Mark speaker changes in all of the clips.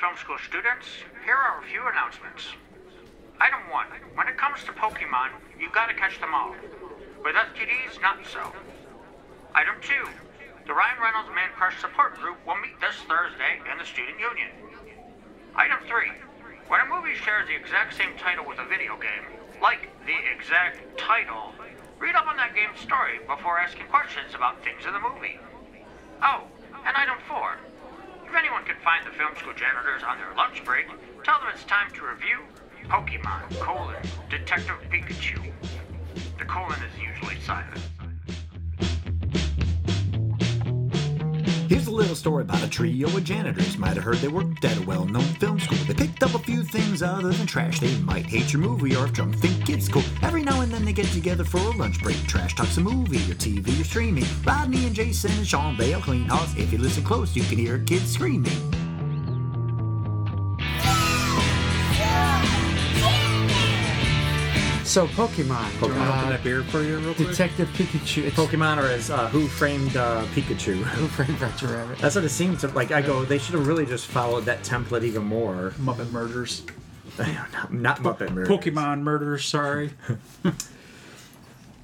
Speaker 1: film school students, here are a few announcements. Item one, when it comes to Pokemon, you gotta catch them all. With STDs, not so. Item two, the Ryan Reynolds Man Crush Support Group will meet this Thursday in the Student Union. Item three, when a movie shares the exact same title with a video game, like the exact title, read up on that game's story before asking questions about things in the movie. Oh, and item four, if anyone can find the film school janitors on their lunch break, tell them it's time to review Pokemon colon Detective Pikachu. The colon is usually silent.
Speaker 2: Here's a little story about a trio of janitors. Might have heard they worked at a well known film school. They picked up a few things other than trash. They might hate your movie or if drunk think it's cool. Every now and then they get together for a lunch break. Trash talks a movie or TV or streaming. Rodney and Jason and Sean Bale clean house. If you listen close, you can hear kids screaming.
Speaker 3: So Pokemon.
Speaker 4: Pokemon, open
Speaker 3: uh,
Speaker 4: that beer for you real quick.
Speaker 3: Detective Pikachu. It's
Speaker 4: Pokemon or as uh, Who Framed uh, Pikachu.
Speaker 3: Who Framed Roger Rabbit.
Speaker 4: That's what it seemed to like. I go, they should have really just followed that template even more.
Speaker 5: Muppet Murders.
Speaker 4: not, not Muppet Murder.
Speaker 5: Pokemon Murders, sorry.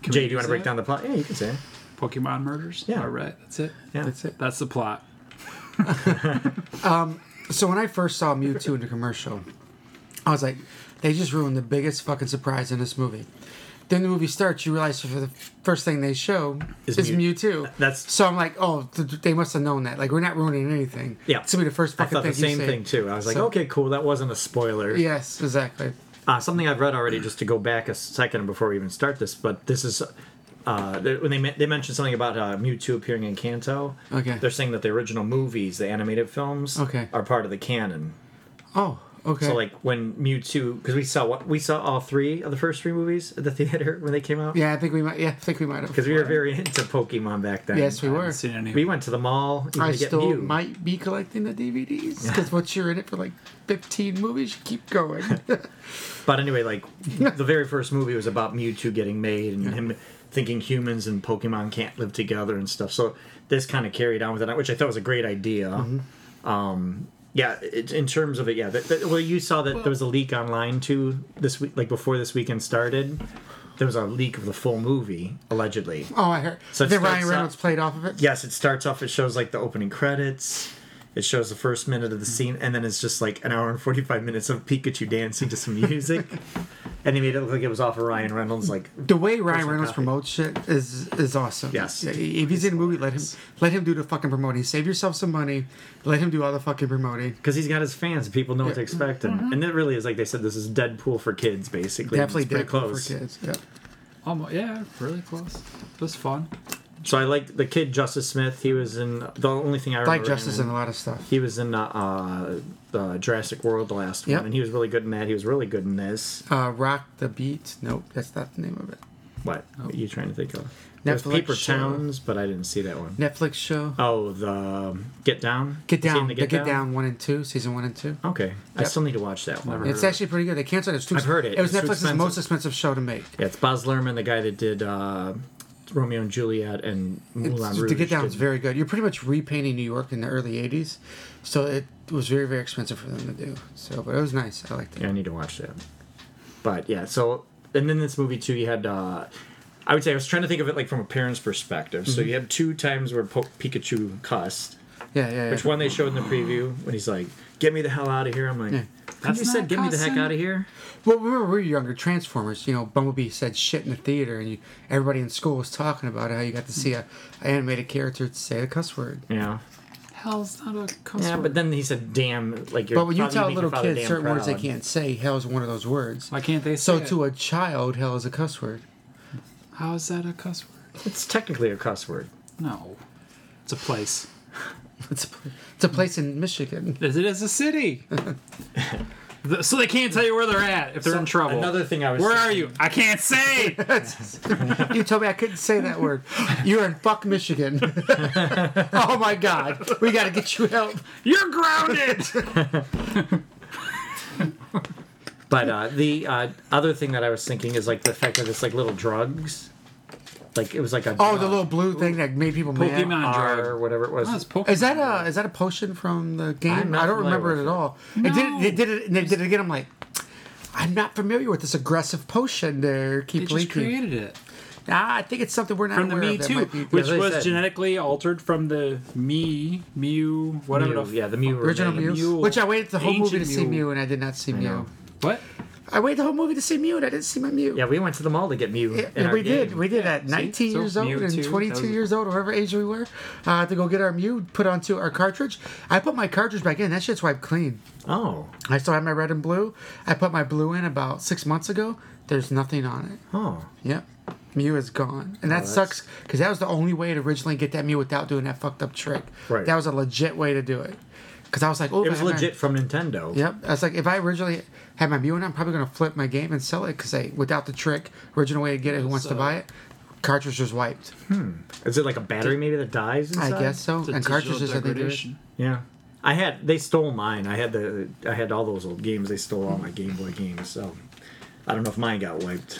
Speaker 4: Jay, do you want to break down the plot? Yeah, you can say. it.
Speaker 5: Pokemon Murders?
Speaker 4: Yeah.
Speaker 5: All right, that's it.
Speaker 4: Yeah.
Speaker 5: That's it. That's the plot.
Speaker 3: So when I first saw Mewtwo in the commercial, I was like, they just ruined the biggest fucking surprise in this movie. Then the movie starts, you realize for the first thing they show
Speaker 4: Is
Speaker 3: is,
Speaker 4: Mew-
Speaker 3: Mewtwo.
Speaker 4: That's-
Speaker 3: so I'm like, oh, th- th- they must have known that. Like we're not ruining anything.
Speaker 4: Yeah.
Speaker 3: it's gonna be the first
Speaker 4: I
Speaker 3: fucking
Speaker 4: thought
Speaker 3: thing.
Speaker 4: the same
Speaker 3: you say.
Speaker 4: thing too. I was like,
Speaker 3: So-
Speaker 4: okay, cool. That wasn't a spoiler.
Speaker 3: Yes, exactly.
Speaker 4: Uh, something I've read already, just to go back a second before we even start this, but this is uh, they- when they men- they mentioned something about uh, Mewtwo appearing in Kanto.
Speaker 3: Okay.
Speaker 4: They're saying that the original movies, the animated films,
Speaker 3: Okay.
Speaker 4: are part of the canon.
Speaker 3: Oh, okay.
Speaker 4: So like when Mewtwo, because we saw what we saw all three of the first three movies at the theater when they came out.
Speaker 3: yeah, I think we might. Yeah, I think we might have.
Speaker 4: Because we were very into Pokemon back then.
Speaker 3: yes, we
Speaker 5: I
Speaker 3: were.
Speaker 5: haven't seen any.
Speaker 4: We went to the mall. even
Speaker 3: I
Speaker 4: to get
Speaker 3: still
Speaker 4: Mew.
Speaker 3: might be collecting the DVDs because once you're in it for like 15 movies, you keep going.
Speaker 4: But anyway, like the very first movie was about Mewtwo getting made and him thinking humans and Pokemon can't live together and stuff. So this kind of carried on with it, which I thought was a great idea. Um, yeah, it, in terms of it, yeah. That, that, well, you saw that there was a leak online too this week, like before this weekend started. There was a leak of the full movie allegedly.
Speaker 3: oh, I heard.
Speaker 4: So uh,
Speaker 3: So
Speaker 4: it
Speaker 3: then
Speaker 4: starts
Speaker 3: Ryan
Speaker 4: up-
Speaker 3: Reynolds played off of it.
Speaker 4: Yes, it starts off. It shows like the opening credits. It shows the first minute of the scene, and then it's just like an hour and forty-five minutes of Pikachu dancing to some music. and they made it look like it was off of Ryan Reynolds. Like,
Speaker 3: The way Ryan
Speaker 4: Personal
Speaker 3: Reynolds
Speaker 4: copy.
Speaker 3: promotes shit is is awesome.
Speaker 4: Yes.
Speaker 3: Yeah, If he's in a movie, let him let him do the fucking promoting. Save yourself some money. Let him do all the fucking promoting.
Speaker 4: because he's got his fans, and people know what to expect, and, and it really is like they said, this is Deadpool for kids, basically. It's
Speaker 3: Mm-hmm. Definitely
Speaker 4: pretty
Speaker 3: dead close. for kids. Yeah.
Speaker 5: Almost, yeah, really close. It was fun.
Speaker 4: So I like the kid Justice Smith. He was in the only thing I remember.
Speaker 3: Like
Speaker 4: him
Speaker 3: Justice
Speaker 4: in-
Speaker 3: and a lot of stuff.
Speaker 4: He was in uh, uh, the Jurassic World the last
Speaker 3: Yep.
Speaker 4: one, and he was really good in that. He was really good in this.
Speaker 3: Uh, Rock the Beat. Nope, that's not the name of it.
Speaker 4: What are you trying to think of? There's
Speaker 3: Oh. Netflix
Speaker 4: Paper
Speaker 3: show.
Speaker 4: Towns, but I didn't see that one.
Speaker 3: Netflix show.
Speaker 4: Oh, the um, Get Down.
Speaker 3: Get
Speaker 4: You seen
Speaker 3: down.
Speaker 4: the
Speaker 3: The Get down. one and two. Season one and two.
Speaker 4: Okay, I
Speaker 3: Yep.
Speaker 4: still need to watch that one.
Speaker 5: Never
Speaker 3: It's actually pretty good. They canceled it. It's too
Speaker 4: I've heard it.
Speaker 3: It was
Speaker 4: It's too
Speaker 3: Netflix's most
Speaker 4: expensive.
Speaker 3: expensive show to make.
Speaker 4: Yeah, it's Baz Luhrmann, the guy that did uh, Romeo and Juliet and Moulin
Speaker 3: It's-
Speaker 4: Rouge.
Speaker 3: to get down is
Speaker 4: did-
Speaker 3: very good. You're pretty much repainting New York in the early '80s, so it was very, very expensive for them to do. So, but it was nice. I liked it.
Speaker 4: Yeah, I need to watch that. But yeah, so and then this movie too, you had. Uh, I would say I was trying to think of it like from a parent's perspective.
Speaker 3: Mm-hmm.
Speaker 4: So you have two times where po- Pikachu cussed.
Speaker 3: Yeah, yeah, yeah.
Speaker 4: Which one they showed in the preview when he's like, "Get me the hell out of here!" I'm like,
Speaker 3: Yeah.
Speaker 4: "Couldn't you
Speaker 5: That's
Speaker 4: said
Speaker 5: not
Speaker 4: get me the heck
Speaker 5: cussing.
Speaker 4: out of here?"
Speaker 3: Well, we were, we were younger. Transformers. You know, Bumblebee said shit in the theater, and you, everybody in school was talking about it. How you got to see a, a animated character say a cuss word.
Speaker 4: Yeah.
Speaker 5: Hell's not a cuss
Speaker 4: Yeah,
Speaker 5: word.
Speaker 4: but then he said, "Damn!" Like, your
Speaker 3: But when you
Speaker 4: father-
Speaker 3: tell
Speaker 4: make your
Speaker 3: little
Speaker 4: father
Speaker 3: kids
Speaker 4: damn
Speaker 3: certain words they
Speaker 4: proud.
Speaker 3: can't say, hell is one of those words.
Speaker 5: Why can't they
Speaker 3: so
Speaker 5: say
Speaker 3: to
Speaker 5: it?
Speaker 3: a child, hell is a cuss word.
Speaker 5: How is that a cuss word?
Speaker 4: It's technically a cuss word.
Speaker 5: No. It's a place.
Speaker 3: It's a, pl- it's a place in Michigan.
Speaker 5: It is a city. The- so they can't tell you where they're at if they're
Speaker 4: So,
Speaker 5: in trouble.
Speaker 4: another thing I was
Speaker 5: Where are
Speaker 4: thinking-
Speaker 5: you? I can't say.
Speaker 3: You told me I couldn't say that word. You're in fuck Michigan. oh my God, we got to get you help.
Speaker 5: You're grounded.
Speaker 4: But uh, the uh, other thing that I was thinking is like the fact that it's like little drugs. Like it was like a
Speaker 3: Oh, the little blue thing that made people mad.
Speaker 5: Pokemon.
Speaker 4: R or whatever it was.
Speaker 5: Oh, it's Pokemon.
Speaker 3: Is that a is that a potion from the
Speaker 4: I'm
Speaker 3: game?
Speaker 4: not
Speaker 3: I
Speaker 4: familiar
Speaker 3: don't remember
Speaker 4: with
Speaker 3: it
Speaker 4: it.
Speaker 3: at all. It did they did it and they did it again. I'm like, I'm not familiar with this aggressive potion they're
Speaker 5: They
Speaker 3: keep
Speaker 5: just
Speaker 3: leaking.
Speaker 5: created it
Speaker 3: Ah, I think it's something we're not
Speaker 5: from the
Speaker 3: aware
Speaker 5: Me
Speaker 3: of that
Speaker 5: Too,
Speaker 3: might be-
Speaker 5: which
Speaker 4: Yeah, they
Speaker 5: was
Speaker 4: said-
Speaker 5: genetically altered from the Me Mew whatever
Speaker 4: Mew,
Speaker 5: the f-
Speaker 4: yeah, the Mew
Speaker 3: original
Speaker 4: remained.
Speaker 3: Mew,
Speaker 5: Mew.
Speaker 3: which I waited the whole movie to
Speaker 5: Ancient
Speaker 3: see
Speaker 5: Mew.
Speaker 3: Mew and I did not see Mew.
Speaker 4: know.
Speaker 5: what
Speaker 3: I waited the whole movie to see Mew and I didn't see my Mew.
Speaker 4: Yeah, we went to the mall to get Mew.
Speaker 3: Yeah,
Speaker 4: in our
Speaker 3: we did.
Speaker 4: game.
Speaker 3: We did at 19
Speaker 5: So
Speaker 3: years old
Speaker 5: Mew
Speaker 3: and
Speaker 5: too,
Speaker 3: 22
Speaker 5: that was-
Speaker 3: years old, or whatever age we were, uh, to go get our Mew put onto our cartridge. I put my cartridge back in. That shit's wiped clean.
Speaker 4: Oh,
Speaker 3: I still have my red and blue. I put my blue in about six months ago. There's nothing on it.
Speaker 4: oh.
Speaker 3: Yep. Mew is gone. And that sucks because that was the only way to originally get that Mew without doing that fucked up trick.
Speaker 4: Right.
Speaker 3: That was a legit way to do it. Because I was like, oh,
Speaker 4: It was
Speaker 3: man, I-
Speaker 4: legit from Nintendo.
Speaker 3: Yep. I was like, if I originally had my Mew in, I'm probably going to flip my game and sell it because without the trick, original way to get it, who wants to
Speaker 5: So-
Speaker 3: buy it? Cartridge was wiped.
Speaker 4: Is it like a battery maybe that dies? Inside?
Speaker 3: I guess so.
Speaker 5: It's a
Speaker 3: and
Speaker 5: digital
Speaker 3: cartridges, I think. there is-
Speaker 5: degradation.
Speaker 4: Yeah. I had they stole mine. I had the I had all those old games. They stole all my Game Boy games. So I don't know if mine got wiped.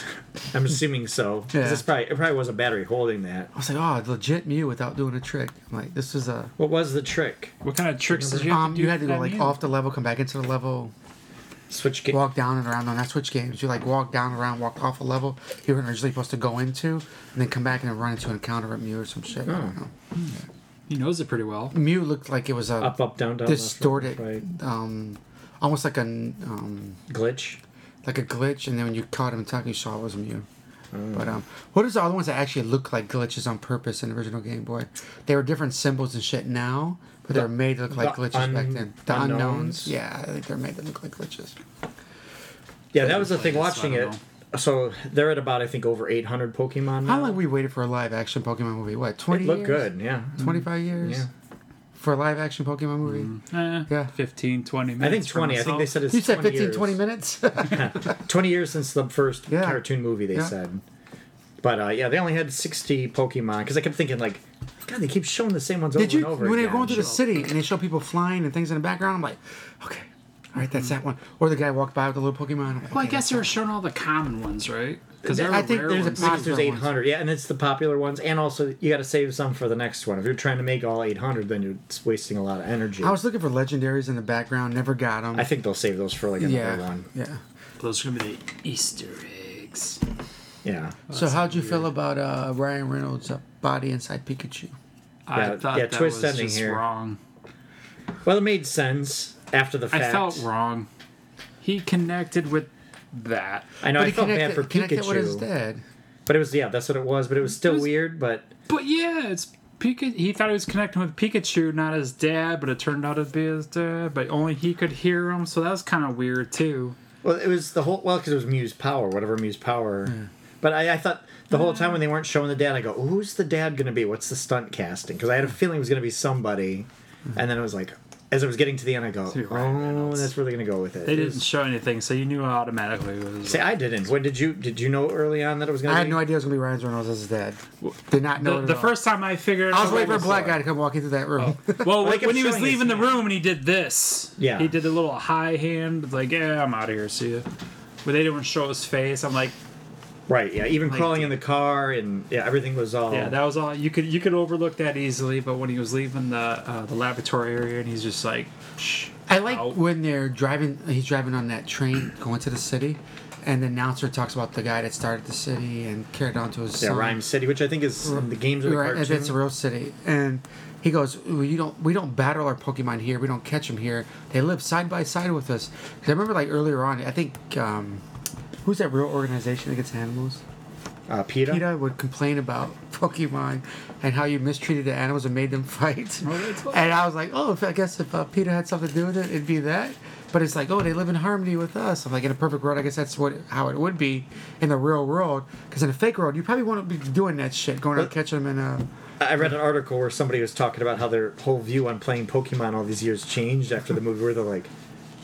Speaker 4: I'm assuming so. 'Cause
Speaker 3: Yeah.
Speaker 4: It's probably it probably was a battery holding that.
Speaker 3: I was like, oh, legit Mew without doing a trick. I'm like, this is a.
Speaker 4: What was the trick?
Speaker 5: What kind of tricks did you have
Speaker 3: Um,
Speaker 5: to do?
Speaker 3: you had to
Speaker 5: for
Speaker 3: go
Speaker 5: that
Speaker 3: like
Speaker 5: Mew?
Speaker 3: off the level, come back into the level,
Speaker 4: Switch game.
Speaker 3: walk down and around. No, not switch games. You like walk down, around, walk off a level you were originally supposed to go into, and then come back and then run into an encounter at Mew or some shit. I don't know.
Speaker 5: He knows it pretty well.
Speaker 3: Mew looked like it was a
Speaker 4: up up down down. left, right,
Speaker 3: distorted,
Speaker 4: right.
Speaker 3: um, almost like an um,
Speaker 4: glitch.
Speaker 3: like a glitch, and then when you caught him attacking, you saw it was Mew.
Speaker 4: Mm.
Speaker 3: But um, what is the other ones that actually look like glitches on purpose in the original Game Boy? They were different symbols and shit now, but they were made to look like
Speaker 4: the
Speaker 3: glitches back
Speaker 4: un-
Speaker 3: then. The unknowns.
Speaker 4: unknowns?
Speaker 3: yeah, I think they're made to look like glitches.
Speaker 4: Yeah, that was the thing.
Speaker 5: Like, so I
Speaker 4: Watching it.
Speaker 5: don't
Speaker 4: So they're at about I think over 800 Pokemon.
Speaker 3: How
Speaker 4: now.
Speaker 3: long we waited for a live action Pokemon movie? What
Speaker 4: It
Speaker 3: twenty?
Speaker 4: looked
Speaker 3: years?
Speaker 4: good. Yeah.
Speaker 3: 25 years
Speaker 4: Yeah.
Speaker 3: for a live action Pokemon movie?
Speaker 5: Eh,
Speaker 3: Yeah.
Speaker 5: 15, 20
Speaker 4: I
Speaker 5: minutes.
Speaker 4: think
Speaker 5: for
Speaker 4: 20. I think they
Speaker 5: myself.
Speaker 4: said it's
Speaker 3: You said
Speaker 4: 20
Speaker 3: 15,
Speaker 4: years.
Speaker 3: 20 minutes?
Speaker 4: 20 years since the first
Speaker 3: Yeah.
Speaker 4: cartoon movie they
Speaker 3: Yeah.
Speaker 4: said but uh, yeah they only had 60 pokemon because i kept thinking like god they keep showing the same ones
Speaker 3: Did
Speaker 4: over
Speaker 3: you,
Speaker 4: and over
Speaker 3: when they
Speaker 4: again
Speaker 3: were going through the city and they show people flying and things in the background, I'm like, okay, all right, that's that one. Or the guy walked by with a little Pokemon. I'm like,
Speaker 5: Well, I
Speaker 3: okay,
Speaker 5: guess they were showing all the common ones, right? Because
Speaker 3: I think there's a
Speaker 4: Because there's
Speaker 3: popular ones.
Speaker 4: 800 yeah and it's the popular ones and also you got to save some for the next one if you're trying to make all 800 then you're wasting a lot of energy
Speaker 3: I was looking for legendaries in the background, never got them.
Speaker 4: I think they'll save those for like another
Speaker 3: yeah,
Speaker 4: one
Speaker 3: yeah.
Speaker 5: Those are gonna be the Easter eggs.
Speaker 4: yeah
Speaker 3: so how'd you feel about uh, Ryan Reynolds' uh, body inside Pikachu?
Speaker 5: I
Speaker 4: Yeah,
Speaker 5: thought
Speaker 4: yeah,
Speaker 5: that
Speaker 4: twist
Speaker 5: was
Speaker 4: ending
Speaker 5: just
Speaker 4: here.
Speaker 5: wrong.
Speaker 4: well it made sense after the fact
Speaker 5: I felt wrong. He connected with that.
Speaker 4: I know
Speaker 3: But
Speaker 4: I felt bad for
Speaker 3: connected with his
Speaker 4: Pikachu
Speaker 3: dad.
Speaker 4: but it was yeah that's what it was but it was still
Speaker 5: was-
Speaker 4: weird but
Speaker 5: But yeah, it's Pikachu. He thought he was connecting with Pikachu, not his dad, but it turned out to be his dad. But only he could hear him, so that was kind of weird too.
Speaker 4: Well, it was the whole. Well, because it was Muse Power, whatever Muse Power. But I, I thought the whole time when they weren't showing the dad, I go, "Who's the dad going to be? What's the stunt casting?" Because I had a feeling it was going to be somebody,
Speaker 5: Mm-hmm.
Speaker 4: and then it was like, as I was getting to the end, I go,
Speaker 5: Dude, Ryan
Speaker 4: "Oh,
Speaker 5: Reynolds.
Speaker 4: that's really going to go with it."
Speaker 5: They didn't show anything, so you knew automatically. It was
Speaker 4: Say, I didn't. What did you did you know early on that it was going
Speaker 3: I
Speaker 4: to?
Speaker 3: had
Speaker 4: be?
Speaker 3: no idea it was gonna be Ryan Reynolds as his dad. Did not know
Speaker 5: the,
Speaker 3: it at
Speaker 5: the
Speaker 3: all.
Speaker 5: first time I figured.
Speaker 3: I was
Speaker 5: out-
Speaker 3: waiting for a black
Speaker 4: saw it. Oh.
Speaker 3: guy to come walking through that room.
Speaker 5: Well,
Speaker 4: Like, it
Speaker 5: when he
Speaker 4: was
Speaker 5: was
Speaker 4: showing
Speaker 5: leaving
Speaker 4: his
Speaker 5: the room and he did this.
Speaker 4: Yeah.
Speaker 5: He did the little high hand, like, yeah, I'm out of here, see ya. But they didn't show his face. I'm like,
Speaker 4: Right. Yeah. Even
Speaker 5: Like-
Speaker 4: crawling in the car and yeah, everything was all.
Speaker 3: Oh.
Speaker 5: yeah, that was all. You could you could overlook that easily, but when he was leaving the uh, the laboratory area and he's just like, Psh,
Speaker 3: I like
Speaker 5: out.
Speaker 3: when they're driving. He's driving on that train going to the city, and the announcer talks about the guy that started the city and carried on to his
Speaker 4: yeah,
Speaker 3: son.
Speaker 4: Rhyme City, which I think is in the games of the
Speaker 3: Right, if
Speaker 4: cartoon.
Speaker 3: it's a real city, and he goes, "Ooh, "You don't. We don't battle our Pokemon here. We don't catch them here. They live side by side with us." 'Cause I remember, like earlier on, I think um, who's that real organization against animals?
Speaker 4: uh, PETA.
Speaker 3: PETA would complain about Pokemon and how you mistreated the animals and made them fight.
Speaker 5: that's what-
Speaker 3: and I was like, oh, if, I guess if uh, PETA had something to do with it, it'd be that. But it's like, oh, they live in harmony with us. I'm like, in a perfect world, I guess that's what how it would be in the real world. Because in a fake world, you probably wouldn't be doing that shit, going out
Speaker 4: But-
Speaker 3: catching them in a.
Speaker 4: I read an article where somebody was talking about how their whole view on playing Pokemon all these years changed after the movie, where they're like,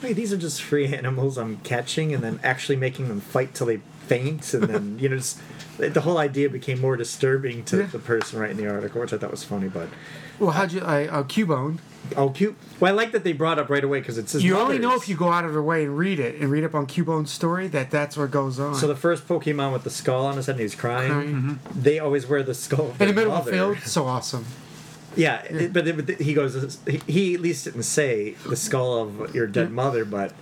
Speaker 4: "Hey, these are just free animals I'm catching," and then actually making them fight till they faint, and then you know, just, the whole idea became more disturbing to
Speaker 3: Yeah.
Speaker 4: the person writing the article, which I thought was funny. But
Speaker 3: Well, how'd you. I uh, Cubone.
Speaker 4: Oh, cute. Well, I like that they brought up right away because it's his
Speaker 3: You only
Speaker 4: mother's.
Speaker 3: know if you go out of your way and read it and read up on Cubone's story that that's what goes on.
Speaker 4: So the first Pokemon with the skull on his head and he's crying. They always wear the skull of
Speaker 3: mm-hmm. in the
Speaker 4: their
Speaker 3: middle of the
Speaker 4: mother.
Speaker 3: field, so awesome.
Speaker 4: Yeah, it- but, it- but he goes. he- He at least didn't say the skull of your dead mother, but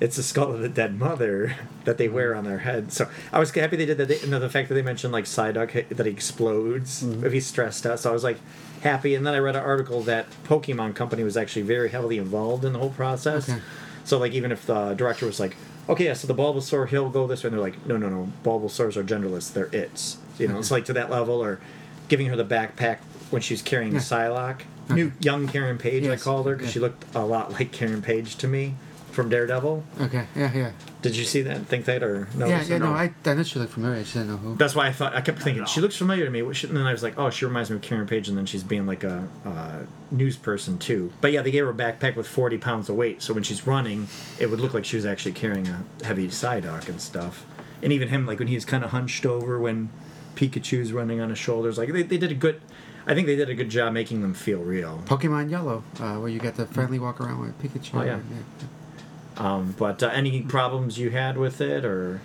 Speaker 4: it's the skull of the dead mother that they wear on their head. So I was happy they did that. They, and the fact that they mentioned like Psyduck that he explodes if he's stressed out. So I was like happy. And then I read an article that Pokemon Company was actually very heavily involved in the whole process.
Speaker 3: Okay.
Speaker 4: So like even if the director was like, okay, yeah, so the Bulbasaur he'll go this way, and they're like, no, no, no, Bulbasaurs are genderless. They're its. You know, it's like to that level, or giving her the backpack when she's carrying Psylocke. New young Karen Page, I
Speaker 3: Yes.
Speaker 4: called her because she looked a lot like Karen Page to me from Daredevil.
Speaker 3: Okay, yeah, yeah.
Speaker 4: Did you see that? and Think that or no?
Speaker 3: yeah,
Speaker 4: so
Speaker 3: yeah, no, I, I know she looked familiar. I just didn't know who.
Speaker 4: That's why I thought I kept thinking she looks familiar to me. What should- And then I was like, oh, she reminds me of Karen Page, and then she's being like a, a news person too. But yeah, they gave her a backpack with forty pounds of weight, so when she's running, it would look like she was actually carrying a heavy Psyduck and stuff. And even him, like when he's kind of hunched over when Pikachu's running on his shoulders, like they, they did a good. I think they did a good job making them feel real.
Speaker 3: Pokemon Yellow, uh, where you got the friendly walk around with Pikachu.
Speaker 4: Oh, yeah. Um, but uh, any problems you had with it, or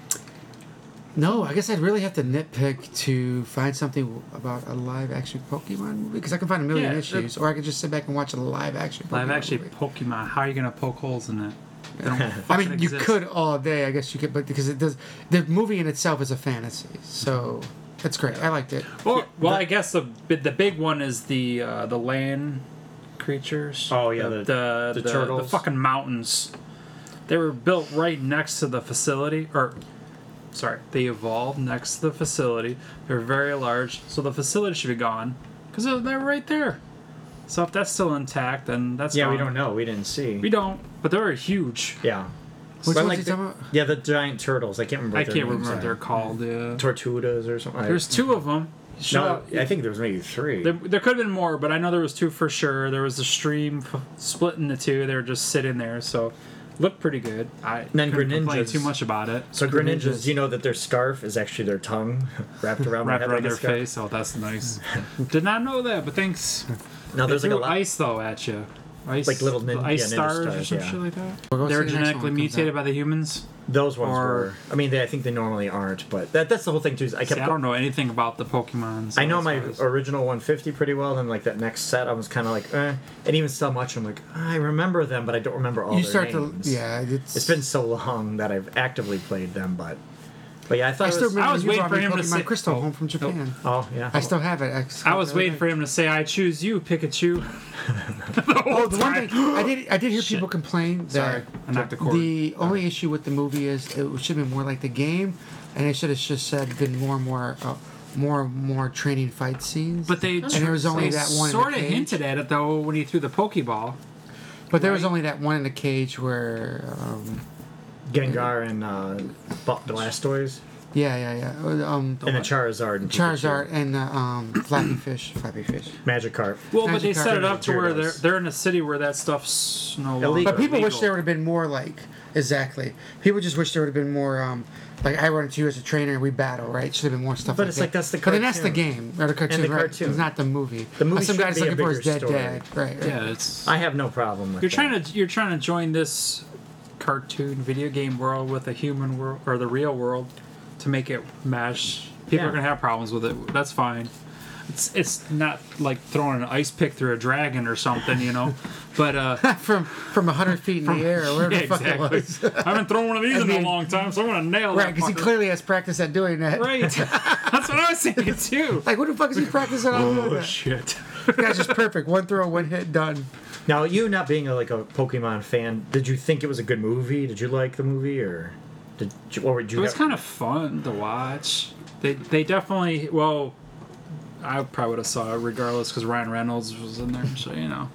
Speaker 3: No, I guess I'd really have to nitpick to find something about a live action Pokemon movie because I can find a million
Speaker 5: Yeah,
Speaker 3: issues, or I could just sit back and watch a live action. Pokemon
Speaker 5: Live action
Speaker 3: movie.
Speaker 5: Pokemon. How are you gonna poke holes in it? They don't
Speaker 3: I
Speaker 5: fucking
Speaker 3: mean, you
Speaker 5: exist.
Speaker 3: could all day, I guess you could, but because it does, the movie in itself is a fantasy, so that's great. I liked it.
Speaker 5: Well, well, I guess the bi- the big one is the uh, the land creatures.
Speaker 4: Oh, yeah,
Speaker 5: the
Speaker 4: the-
Speaker 5: the,
Speaker 4: the
Speaker 5: the, the
Speaker 4: turtles.
Speaker 5: fucking mountains. They were built right next to the facility, or sorry, they evolved next to the facility. They're very large, so the facility should be gone because they're right there. So if that's still intact, then that's
Speaker 4: yeah, we
Speaker 5: gone.
Speaker 4: don't know. We didn't see.
Speaker 5: We don't, but they were huge.
Speaker 4: yeah. But
Speaker 3: Which one's
Speaker 4: like
Speaker 3: he
Speaker 4: the-
Speaker 3: talking about?
Speaker 4: Yeah, the giant turtles. I can't remember.
Speaker 5: I
Speaker 4: what their
Speaker 5: can't
Speaker 4: names
Speaker 5: remember
Speaker 4: are.
Speaker 5: what they're called. Yeah.
Speaker 4: Tortugas or something.
Speaker 5: There's two of them.
Speaker 4: no. I think there was maybe three.
Speaker 5: There, there could have been more, but I know there was two for sure. There was a stream f- split in the two. They were just sitting there, so looked pretty good. I
Speaker 4: then
Speaker 5: couldn't complain
Speaker 4: Greninjas.
Speaker 5: too much about it.
Speaker 4: so Greninjas, you know that their scarf is actually their tongue wrapped around their
Speaker 5: Wrapped
Speaker 4: head
Speaker 5: around
Speaker 4: like a
Speaker 5: their
Speaker 4: scarf.
Speaker 5: face. Oh, that's nice. Did not know that, but thanks.
Speaker 4: Now there's
Speaker 5: They
Speaker 4: like a
Speaker 5: threw
Speaker 4: lot.
Speaker 5: ice though at you. Ice,
Speaker 4: Like little nin-
Speaker 5: ice
Speaker 4: yeah, ninja
Speaker 5: stars, or
Speaker 4: stars,
Speaker 5: some
Speaker 4: yeah.
Speaker 5: shit like that.
Speaker 3: We'll go
Speaker 5: they were
Speaker 3: see the next one when it
Speaker 5: genetically
Speaker 3: comes
Speaker 5: mutated
Speaker 3: out.
Speaker 5: by the humans.
Speaker 4: Those ones
Speaker 5: or-
Speaker 4: were. I mean, they, I think they normally aren't, but that that's the whole thing too. Is I
Speaker 5: See,
Speaker 4: kept.
Speaker 5: I don't know anything about the Pokemon. so
Speaker 4: I know
Speaker 5: that's
Speaker 4: my
Speaker 5: why I was-
Speaker 4: original 150 pretty well, then like that next set, I was kind of like, eh. and even still much, I'm like, I remember them, but I don't remember all
Speaker 3: You
Speaker 4: their
Speaker 3: start
Speaker 4: names.
Speaker 3: to, yeah, it's,
Speaker 4: It's been so long that I've actively played them, but, but yeah, I thought
Speaker 3: I
Speaker 4: it
Speaker 3: still
Speaker 4: was-
Speaker 3: remember
Speaker 5: I was
Speaker 3: you
Speaker 5: waiting
Speaker 3: brought
Speaker 5: for
Speaker 3: me
Speaker 5: him to
Speaker 3: Pokemon
Speaker 5: say-
Speaker 3: Crystal home from Japan.
Speaker 4: Oh yeah,
Speaker 3: I still have it.
Speaker 5: I was waiting for him to say, "I choose you, Pikachu." the whole
Speaker 3: Oh, The one
Speaker 5: time.
Speaker 3: thing I did, I did hear people complain that
Speaker 5: Sorry, I knocked the cord.
Speaker 3: the only issue with the movie is it should have been more like the game, and it should have just said been more and more, uh, more and more training fight scenes.
Speaker 5: But they
Speaker 3: and there was only
Speaker 5: they
Speaker 3: that one. in the
Speaker 5: Sort of
Speaker 3: cage.
Speaker 5: hinted at it though when he threw the Pokeball.
Speaker 3: But there was only that one in the cage where, um,
Speaker 4: Gengar and uh, Ba- Blastoise,
Speaker 3: yeah, yeah, yeah, um,
Speaker 4: and then Charizard and
Speaker 3: Charizard and uh, um, Flappy Fish, Flappy Fish.
Speaker 4: Pikachu. Magikarp.
Speaker 5: Well,
Speaker 3: Magic
Speaker 5: but they set
Speaker 3: carpet
Speaker 5: it up to where they're
Speaker 4: Gyarados.
Speaker 5: they're in a city where that stuff's no
Speaker 4: Illegal.
Speaker 5: longer
Speaker 4: But
Speaker 3: But people
Speaker 5: legal.
Speaker 3: wish there would have been more like exactly. People just wish there would have been more um like I run into you as a trainer and we battle, right? Should have been more stuff.
Speaker 4: But
Speaker 3: like
Speaker 4: it's
Speaker 3: that.
Speaker 4: like, that's the
Speaker 3: But then that's the
Speaker 4: cartoon.
Speaker 3: game or the cartoon,
Speaker 4: the
Speaker 3: right?
Speaker 4: cartoon.
Speaker 3: It's not the movie.
Speaker 4: The movie
Speaker 3: Like, some
Speaker 4: should
Speaker 3: guy's
Speaker 4: be a
Speaker 3: looking for
Speaker 4: bigger
Speaker 3: his dead
Speaker 4: story.
Speaker 3: dad, right? right.
Speaker 5: Yeah, it's
Speaker 4: I have no problem with.
Speaker 5: you're trying to you're trying to join this cartoon video game world with the human world or the real world to make it mesh. People
Speaker 4: Yeah.
Speaker 5: are gonna have problems with it. That's fine. It's it's not like throwing an ice pick through a dragon or something, you know. but uh,
Speaker 3: From from hundred feet in the air or wherever
Speaker 5: yeah,
Speaker 3: the fuck
Speaker 5: exactly.
Speaker 3: it was.
Speaker 5: I haven't thrown one of these in
Speaker 3: mean-
Speaker 5: a long time, so I'm gonna nail
Speaker 3: right,
Speaker 5: that.
Speaker 3: because he
Speaker 5: fucker.
Speaker 3: clearly has practice at doing that.
Speaker 5: Right. That's what I was thinking too.
Speaker 3: Like, what the fuck is he practicing on
Speaker 5: Oh,
Speaker 3: doing
Speaker 4: Oh,
Speaker 3: that?
Speaker 5: shit.
Speaker 3: The guy's just perfect. One throw, one hit, done.
Speaker 4: Now, you not being a, like a Pokemon fan, did you think it was a good movie? Did you like the movie, or did you, what would you?
Speaker 5: It was
Speaker 4: have-
Speaker 5: kind of fun to watch. They they definitely well, I probably would have saw it regardless because Ryan Reynolds was in there, so you know.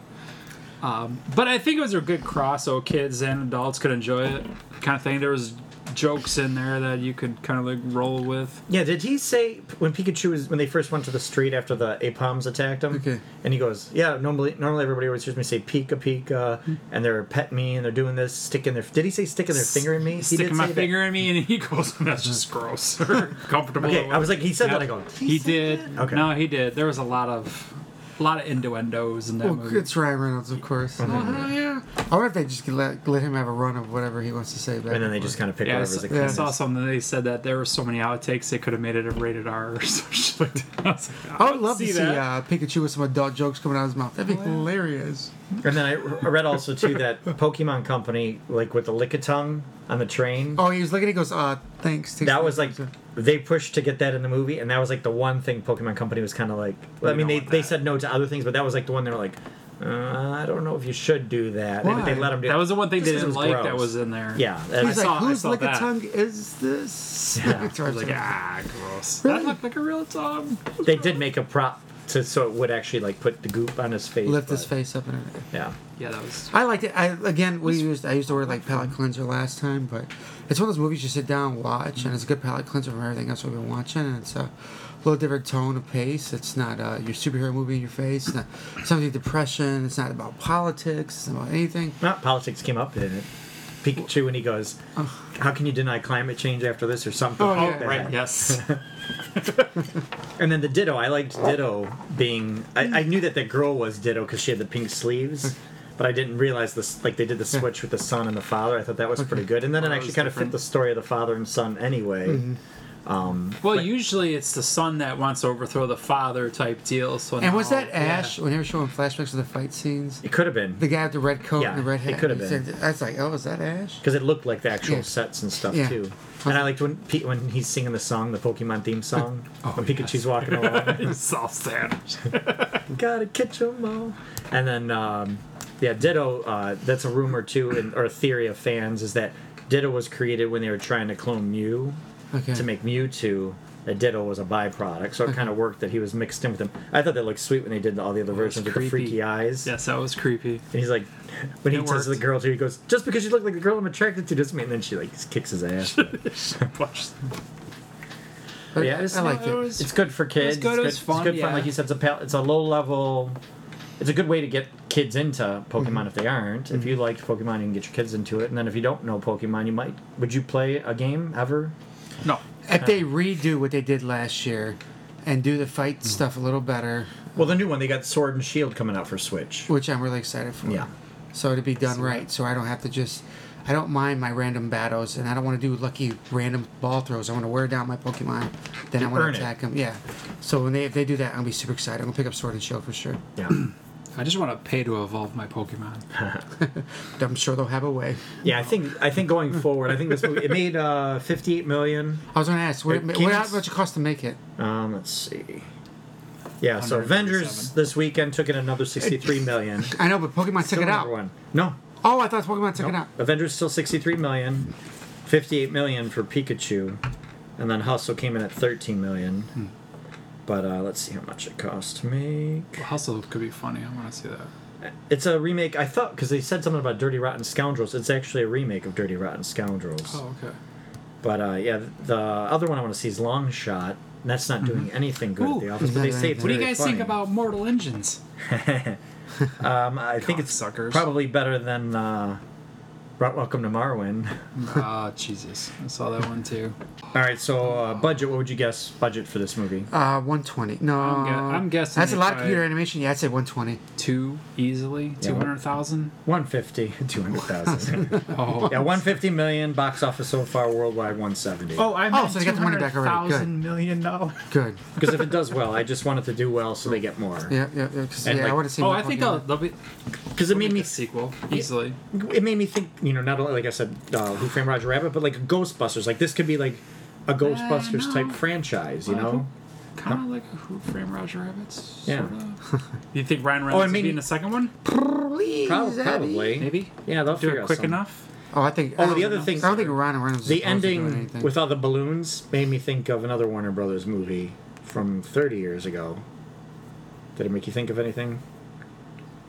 Speaker 5: Um, but I think it was a good cross, so kids and adults could enjoy it, kind of thing. There was jokes in there that you could kind of like roll with.
Speaker 4: Yeah, did he say when Pikachu was when they first went to the street after the Apoms attacked him?
Speaker 3: Okay.
Speaker 4: And he goes, "Yeah, normally normally everybody always hears me say Pika Pika, and they're petting me and they're doing this, sticking their did he say sticking their finger in me? he
Speaker 5: Sticking
Speaker 4: did
Speaker 5: my
Speaker 4: say that.
Speaker 5: finger in me, and he goes, "That's just gross." Or Comfortable.
Speaker 4: Okay, I was like, he said that. I go,
Speaker 5: He did.
Speaker 4: Okay.
Speaker 5: No, he did. There was a lot of a lot of innuendos in that
Speaker 3: Well,
Speaker 5: movie.
Speaker 3: Oh, it's Ryan Reynolds, of course. Oh, hell yeah. I wonder if they just could let, let him have a run of whatever he wants to say. Back
Speaker 4: and then they just kind of pick
Speaker 5: Yeah, I
Speaker 4: whatever's
Speaker 5: saw,
Speaker 4: the
Speaker 5: I
Speaker 4: cleanest.
Speaker 5: saw something that they said that there were so many outtakes they could have made it a rated R or something. I was like,
Speaker 3: I would love
Speaker 5: see
Speaker 3: to see
Speaker 5: that.
Speaker 3: uh, Pikachu with some adult jokes coming out of his mouth. That'd be hilarious.
Speaker 4: And then I I read also too that Pokemon Company, like with the Lickitung on the train,
Speaker 3: Oh, he was looking. He goes, "Uh, thanks." takes
Speaker 4: that
Speaker 3: the-
Speaker 4: was like they pushed to get that in the movie, and that was like the one thing Pokemon Company was kind of like. Well, I
Speaker 5: We
Speaker 4: mean,
Speaker 5: don't
Speaker 4: they,
Speaker 5: want
Speaker 4: they
Speaker 5: that.
Speaker 4: said no to other things, but that was like the one they were like, uh, I don't know if you should do that. They- They,
Speaker 3: Why?
Speaker 4: let them do
Speaker 5: that was the one thing they
Speaker 4: Just 'cause it
Speaker 5: didn't
Speaker 4: was
Speaker 5: like that
Speaker 4: gross.
Speaker 5: was in there.
Speaker 4: Yeah, and I
Speaker 3: He's like,
Speaker 5: saw- I
Speaker 3: "Whose
Speaker 5: saw
Speaker 3: like a
Speaker 5: that.
Speaker 3: tongue is this?"
Speaker 4: Yeah,
Speaker 3: It's
Speaker 4: I
Speaker 5: I was like,
Speaker 3: like-
Speaker 5: ah, gross.
Speaker 3: Really?
Speaker 5: That looked like a real tongue.
Speaker 4: they did make a prop to so it would actually like put the goop on his face.
Speaker 3: Lift his
Speaker 4: but-
Speaker 3: face up and. everything.
Speaker 4: Yeah.
Speaker 5: Yeah, that was.
Speaker 3: I liked it. I again, we used I used the word like palate cleanser last time, but it's one of those movies you sit down and watch, and it's a good palate cleanser from everything else we've been watching. And it's a little different tone of pace. It's not uh, your superhero movie in your face. It's not something depression. It's not about politics. It's not about anything.
Speaker 4: Not politics came up in it. Pikachu and he goes, "How can you deny climate change after this or something?"
Speaker 3: Oh,
Speaker 4: like
Speaker 3: yeah.
Speaker 4: that.
Speaker 5: Right, yes.
Speaker 4: And then the Ditto, I liked Ditto being. I, I knew that the girl was Ditto because she had the pink sleeves, but I didn't realize this. Like they did the switch with the son and the father. I thought that was pretty good. And then it
Speaker 5: Well, that
Speaker 4: actually
Speaker 5: was
Speaker 4: kind of fit
Speaker 5: different.
Speaker 4: the story of the father and son anyway.
Speaker 3: Mm-hmm.
Speaker 5: Well, usually it's the son that wants to overthrow the father type deal. So
Speaker 3: And was
Speaker 5: now-
Speaker 4: Oh,
Speaker 3: that Ash when they were showing flashbacks of the fight scenes?
Speaker 4: It could have been
Speaker 3: The guy with the red coat
Speaker 4: Yeah,
Speaker 3: and the red
Speaker 4: it
Speaker 3: hat.
Speaker 4: could have
Speaker 3: He
Speaker 4: been.
Speaker 3: said- That's like, oh, is that Ash?
Speaker 4: because it looked like the actual
Speaker 3: Yeah.
Speaker 4: sets and stuff
Speaker 3: Yeah.
Speaker 4: too. And I liked when Pete when he's singing the song, the Pokemon theme song,
Speaker 3: Oh,
Speaker 4: when Pikachu's walking along.
Speaker 5: It's all sad.
Speaker 4: gotta catch 'em all. And then, um, yeah, Ditto. Uh, that's a rumor too, and, or a theory of fans is that Ditto was created when they were trying to clone Mew
Speaker 3: Okay.
Speaker 4: to make Mewtwo. That Ditto was a byproduct, so it kind of worked that he was mixed in with him. I thought that looked sweet when they did all the other
Speaker 5: was
Speaker 4: versions with the
Speaker 5: creepy.
Speaker 4: freaky eyes.
Speaker 5: Yes, that was creepy.
Speaker 4: And he's like, when he
Speaker 5: It
Speaker 4: says to the
Speaker 5: worked.
Speaker 4: girl too, he goes, "Just because you look like the girl I'm attracted to doesn't mean." And then she like kicks his ass.
Speaker 5: Watch.
Speaker 3: But
Speaker 4: yeah, it's,
Speaker 3: I liked
Speaker 5: it
Speaker 3: it.
Speaker 5: was-
Speaker 4: it's good for kids.
Speaker 5: It's good, it was fun,
Speaker 4: It's good fun.
Speaker 5: yeah.
Speaker 4: Like you said, it's a pal- it's a low level. It's a good way to get kids into Pokemon
Speaker 3: Mm-hmm.
Speaker 4: if they aren't. If you liked Pokemon, you can get your kids into it. And then if you don't know Pokemon, you might. Would you play a game ever?
Speaker 5: No.
Speaker 3: If they redo what they did last year and do the fight stuff a little better,
Speaker 4: Well, the new one they got Sword and Shield coming out for Switch.
Speaker 3: which I'm really excited for.
Speaker 4: Yeah.
Speaker 3: So it'll be done right. So I don't have to just. I don't mind my random battles, and I don't want to do lucky random ball throws. I want to wear down my Pokemon, then I want
Speaker 4: earn
Speaker 3: to
Speaker 4: it.
Speaker 3: attack them. Yeah. So when they if they do that, I'm gonna be super excited. I'm gonna pick up Sword and Shield for sure.
Speaker 4: Yeah,
Speaker 5: I just want to pay to evolve my Pokemon.
Speaker 3: I'm sure they'll have a way.
Speaker 4: yeah. I think I think going forward, I think this movie it made uh, 58 million.
Speaker 3: I was gonna ask, what,
Speaker 4: It
Speaker 3: what,
Speaker 4: keeps-
Speaker 3: how much it cost to make it?
Speaker 4: Um, let's see. Yeah, so
Speaker 5: 137.
Speaker 4: Avengers this weekend took in another 63 million.
Speaker 3: I know, but Pokemon took it out.
Speaker 4: One. No,
Speaker 3: Oh, I thought Pokemon took it out.
Speaker 4: Avengers still 63 million, 58 million for Pikachu, and then Hustle came in at 13 million.
Speaker 5: Hmm.
Speaker 4: But uh, let's see how much it cost to make.
Speaker 5: Hustle could be funny. I want to see that.
Speaker 4: It's a remake, I thought, because they said something about Dirty Rotten Scoundrels. It's actually a remake of Dirty Rotten Scoundrels.
Speaker 5: Oh, okay.
Speaker 4: But uh, yeah, the other one I want to see is Long Shot. and That's not doing anything good at
Speaker 5: Mm-hmm. Ooh.
Speaker 4: the office, but they say it's
Speaker 5: What do you
Speaker 4: very
Speaker 5: guys think
Speaker 4: funny.
Speaker 5: about Mortal Engines?
Speaker 4: Um, I think it's
Speaker 5: Cocksuckers.
Speaker 4: probably better than uh, Welcome to Marwin.
Speaker 5: Ah, Jesus. I saw that one too.
Speaker 4: All right, so uh, budget. What would you guess budget for this movie?
Speaker 3: Uh, 120. No,
Speaker 5: I'm gu- I'm guessing
Speaker 3: That's a
Speaker 5: they
Speaker 3: lot of
Speaker 5: tried-
Speaker 3: computer animation. Yeah, I'd say 120.
Speaker 5: Two easily.
Speaker 4: Yeah.
Speaker 5: 200,000.
Speaker 4: 150 200,000
Speaker 5: Oh.
Speaker 4: yeah 150 million box office so far worldwide 170
Speaker 5: Oh, I
Speaker 3: meant so they got the money back already. Good.
Speaker 5: $200,000 million dollars.
Speaker 3: Good.
Speaker 4: because if it does well i just want it to do well so they get more
Speaker 3: Yeah, yeah, yeah. 'cause,
Speaker 4: And,
Speaker 3: yeah,
Speaker 4: like-
Speaker 3: I want to see.
Speaker 5: Oh,
Speaker 3: more
Speaker 5: I think
Speaker 3: Pokemon.
Speaker 5: I'll, they'll be
Speaker 4: because it made me
Speaker 5: a sequel easily.
Speaker 4: it made me think you know not only like i said uh, who framed roger rabbit but like ghostbusters like this could be like a ghostbusters type
Speaker 5: no.
Speaker 4: franchise you know
Speaker 5: Kind of like Who Framed Roger Rabbit's.
Speaker 4: Yeah.
Speaker 5: you think Ryan
Speaker 4: and
Speaker 3: Oh,
Speaker 5: Reynolds would
Speaker 4: maybe-
Speaker 5: be in the second one?
Speaker 3: Please,
Speaker 4: Prob-
Speaker 3: Abby.
Speaker 4: probably
Speaker 5: Maybe.
Speaker 4: yeah they'll
Speaker 5: Do
Speaker 4: figure
Speaker 5: it
Speaker 4: out
Speaker 5: quick
Speaker 4: something.
Speaker 5: enough.
Speaker 3: Oh, I think.
Speaker 4: oh the other thing
Speaker 3: I don't think Ryan Reynolds. is
Speaker 4: the
Speaker 3: supposed to do
Speaker 4: ending
Speaker 3: anything.
Speaker 4: with all the balloons made me think of another warner brothers movie from 30 years ago did it make you think of anything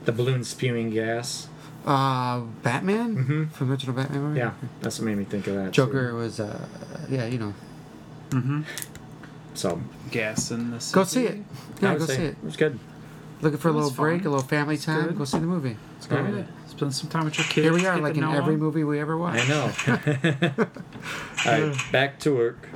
Speaker 4: the balloon spewing gas
Speaker 3: uh, Batman from the original Batman movie.
Speaker 4: Mm-hmm. yeah that's what made me think of that too.
Speaker 3: Joker was. Uh, yeah, you know.
Speaker 4: so
Speaker 5: Gas in the. City.
Speaker 3: Go see it.
Speaker 4: I
Speaker 3: Yeah,
Speaker 4: would
Speaker 3: go
Speaker 4: say
Speaker 3: see it.
Speaker 4: it was good
Speaker 3: Looking for a
Speaker 5: It was
Speaker 3: little break,
Speaker 5: fun.
Speaker 3: a little family time.
Speaker 5: good.
Speaker 3: Go see the movie. Let's
Speaker 4: go.
Speaker 5: Yeah. Spend some time with your kids.
Speaker 3: Here we are,
Speaker 5: get
Speaker 3: like
Speaker 5: to
Speaker 3: in
Speaker 5: know
Speaker 3: every
Speaker 5: 'em.
Speaker 3: movie we ever watched.
Speaker 4: i know all right back to work